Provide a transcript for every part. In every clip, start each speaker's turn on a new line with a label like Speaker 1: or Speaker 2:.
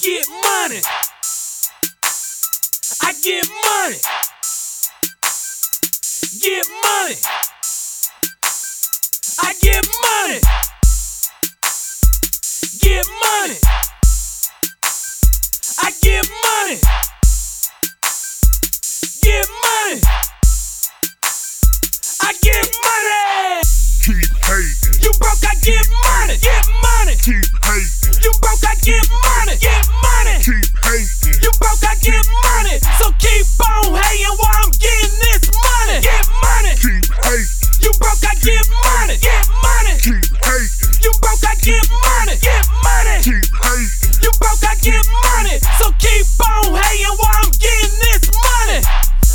Speaker 1: get money. I get money. Get money. I get money. Get money. I get money. Get money. I get money.
Speaker 2: Keep hating.
Speaker 1: You broke, I get money. Get money.
Speaker 2: Keep hating.
Speaker 1: You broke, I get money. Get money.
Speaker 2: Keep hating.
Speaker 1: You broke, I get money. So keep on hating while I'm getting this money. Get money.
Speaker 2: Keep hating.
Speaker 1: You broke, I get money. Get money.
Speaker 2: Keep hating.
Speaker 1: You broke, I get money. Get money.
Speaker 2: Keep hating.
Speaker 1: You broke, I get money. So keep on hating while I'm getting this money.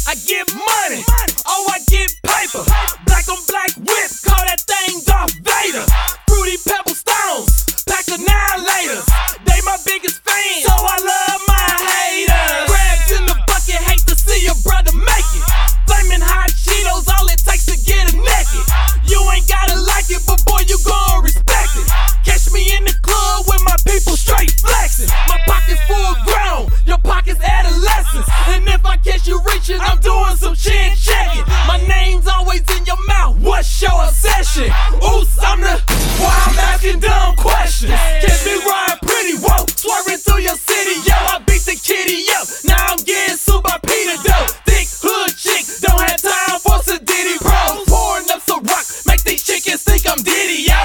Speaker 1: I get money. Oh, I get paper. Black on black whip. Call that thing Darth Vader. Fruity pebble stones. Pack of annihilators. They my biggest fans. So I love my haters. Grabs in the bucket. Hate to see your brother make it. Flaming hot Cheetos. All it takes to get a naked. You ain't gotta like it, but boy, you gon' respect it. Catch me in the club with my people straight flexing. My pockets full grown, your pockets adolescents. And if I catch you reaching, I'm doing some chin checking. My name's always in your mouth. What's your obsession? Oops, I'm the why I'm asking dumb questions. Catch me riding pretty, whoa, swerving through your city, yo. I beat the kitty up. Now I'm getting super Peter dope. Thick hood chick, don't have time for sedity bros. Pouring up some rock, make these chickens think I'm Diddy, yo.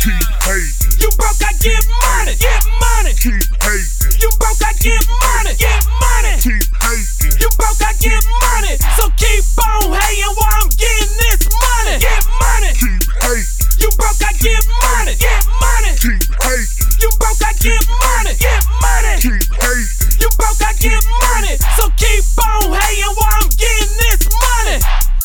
Speaker 2: Keep hating.
Speaker 1: You broke, I get money, get money.
Speaker 2: Keep hating.
Speaker 1: You broke, I get money, get money.
Speaker 2: Keep hating.
Speaker 1: You broke, I get money. So keep on hating while I'm getting this money. Get money.
Speaker 2: Keep hating.
Speaker 1: You broke, I get money, get money.
Speaker 2: Keep hating.
Speaker 1: You broke, I get money, get money.
Speaker 2: Keep hating.
Speaker 1: You broke, I get money. So keep on hating while I'm getting this money.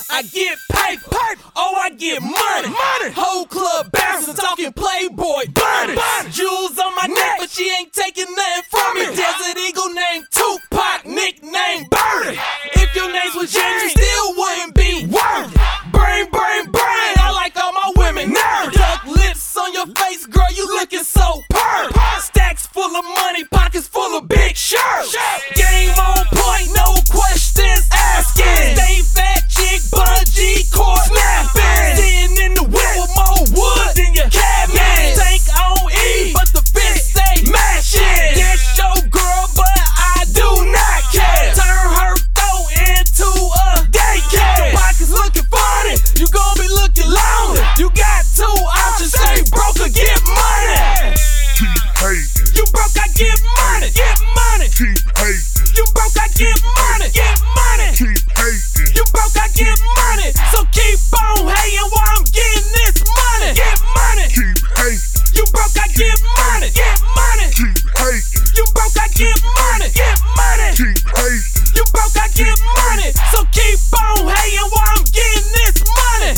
Speaker 1: I get paper. Oh, I get money. money. Whole club bouncing, talking Playboy. Burning. Jewels on my neck, but she ain't taking nothing from me. Desert Eagle named Tupac, nickname Birdie. If your names was James, you still wouldn't be worthy. Brain, brain, brain. I like all my women nerdy. Duck lips on your face, girl, you looking so purr. Stacks full of money, pockets full of big shirts. Game on point, no questions asking. Stay fat, chick, bungee cord snapping. Sitting in the whip with more wood than your cabinet. Tank on E, but the fence say mashing. That's your girl, but I do not care. Turn her throat into a daycare. Your pockets looking funny, you gon' be looking lonely. You got two options, stay broke or get money.
Speaker 2: Keep hating.
Speaker 1: You broke, I get money, get money.
Speaker 2: Keep hating.
Speaker 1: You broke, I get money, get money.
Speaker 2: Keep hating.
Speaker 1: You broke, I get money. So keep on hating while I'm getting this money. Get money.
Speaker 2: Keep hating.
Speaker 1: You broke, I get money. Get money.
Speaker 2: Keep hating.
Speaker 1: You broke, I get money. Get money.
Speaker 2: Keep hating.
Speaker 1: You broke, I get money. So keep on hating while I'm getting this money.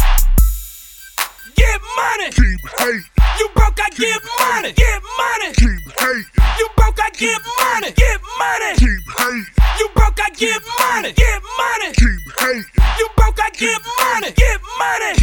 Speaker 1: Get money.
Speaker 2: Keep hating.
Speaker 1: You broke, I get money. Get money.
Speaker 2: Keep hating.
Speaker 1: You broke, I get money. Get money.
Speaker 2: Keep hating.
Speaker 1: You broke, I get money. Get money.
Speaker 2: Keep hating.
Speaker 1: You broke, I get money. Get money.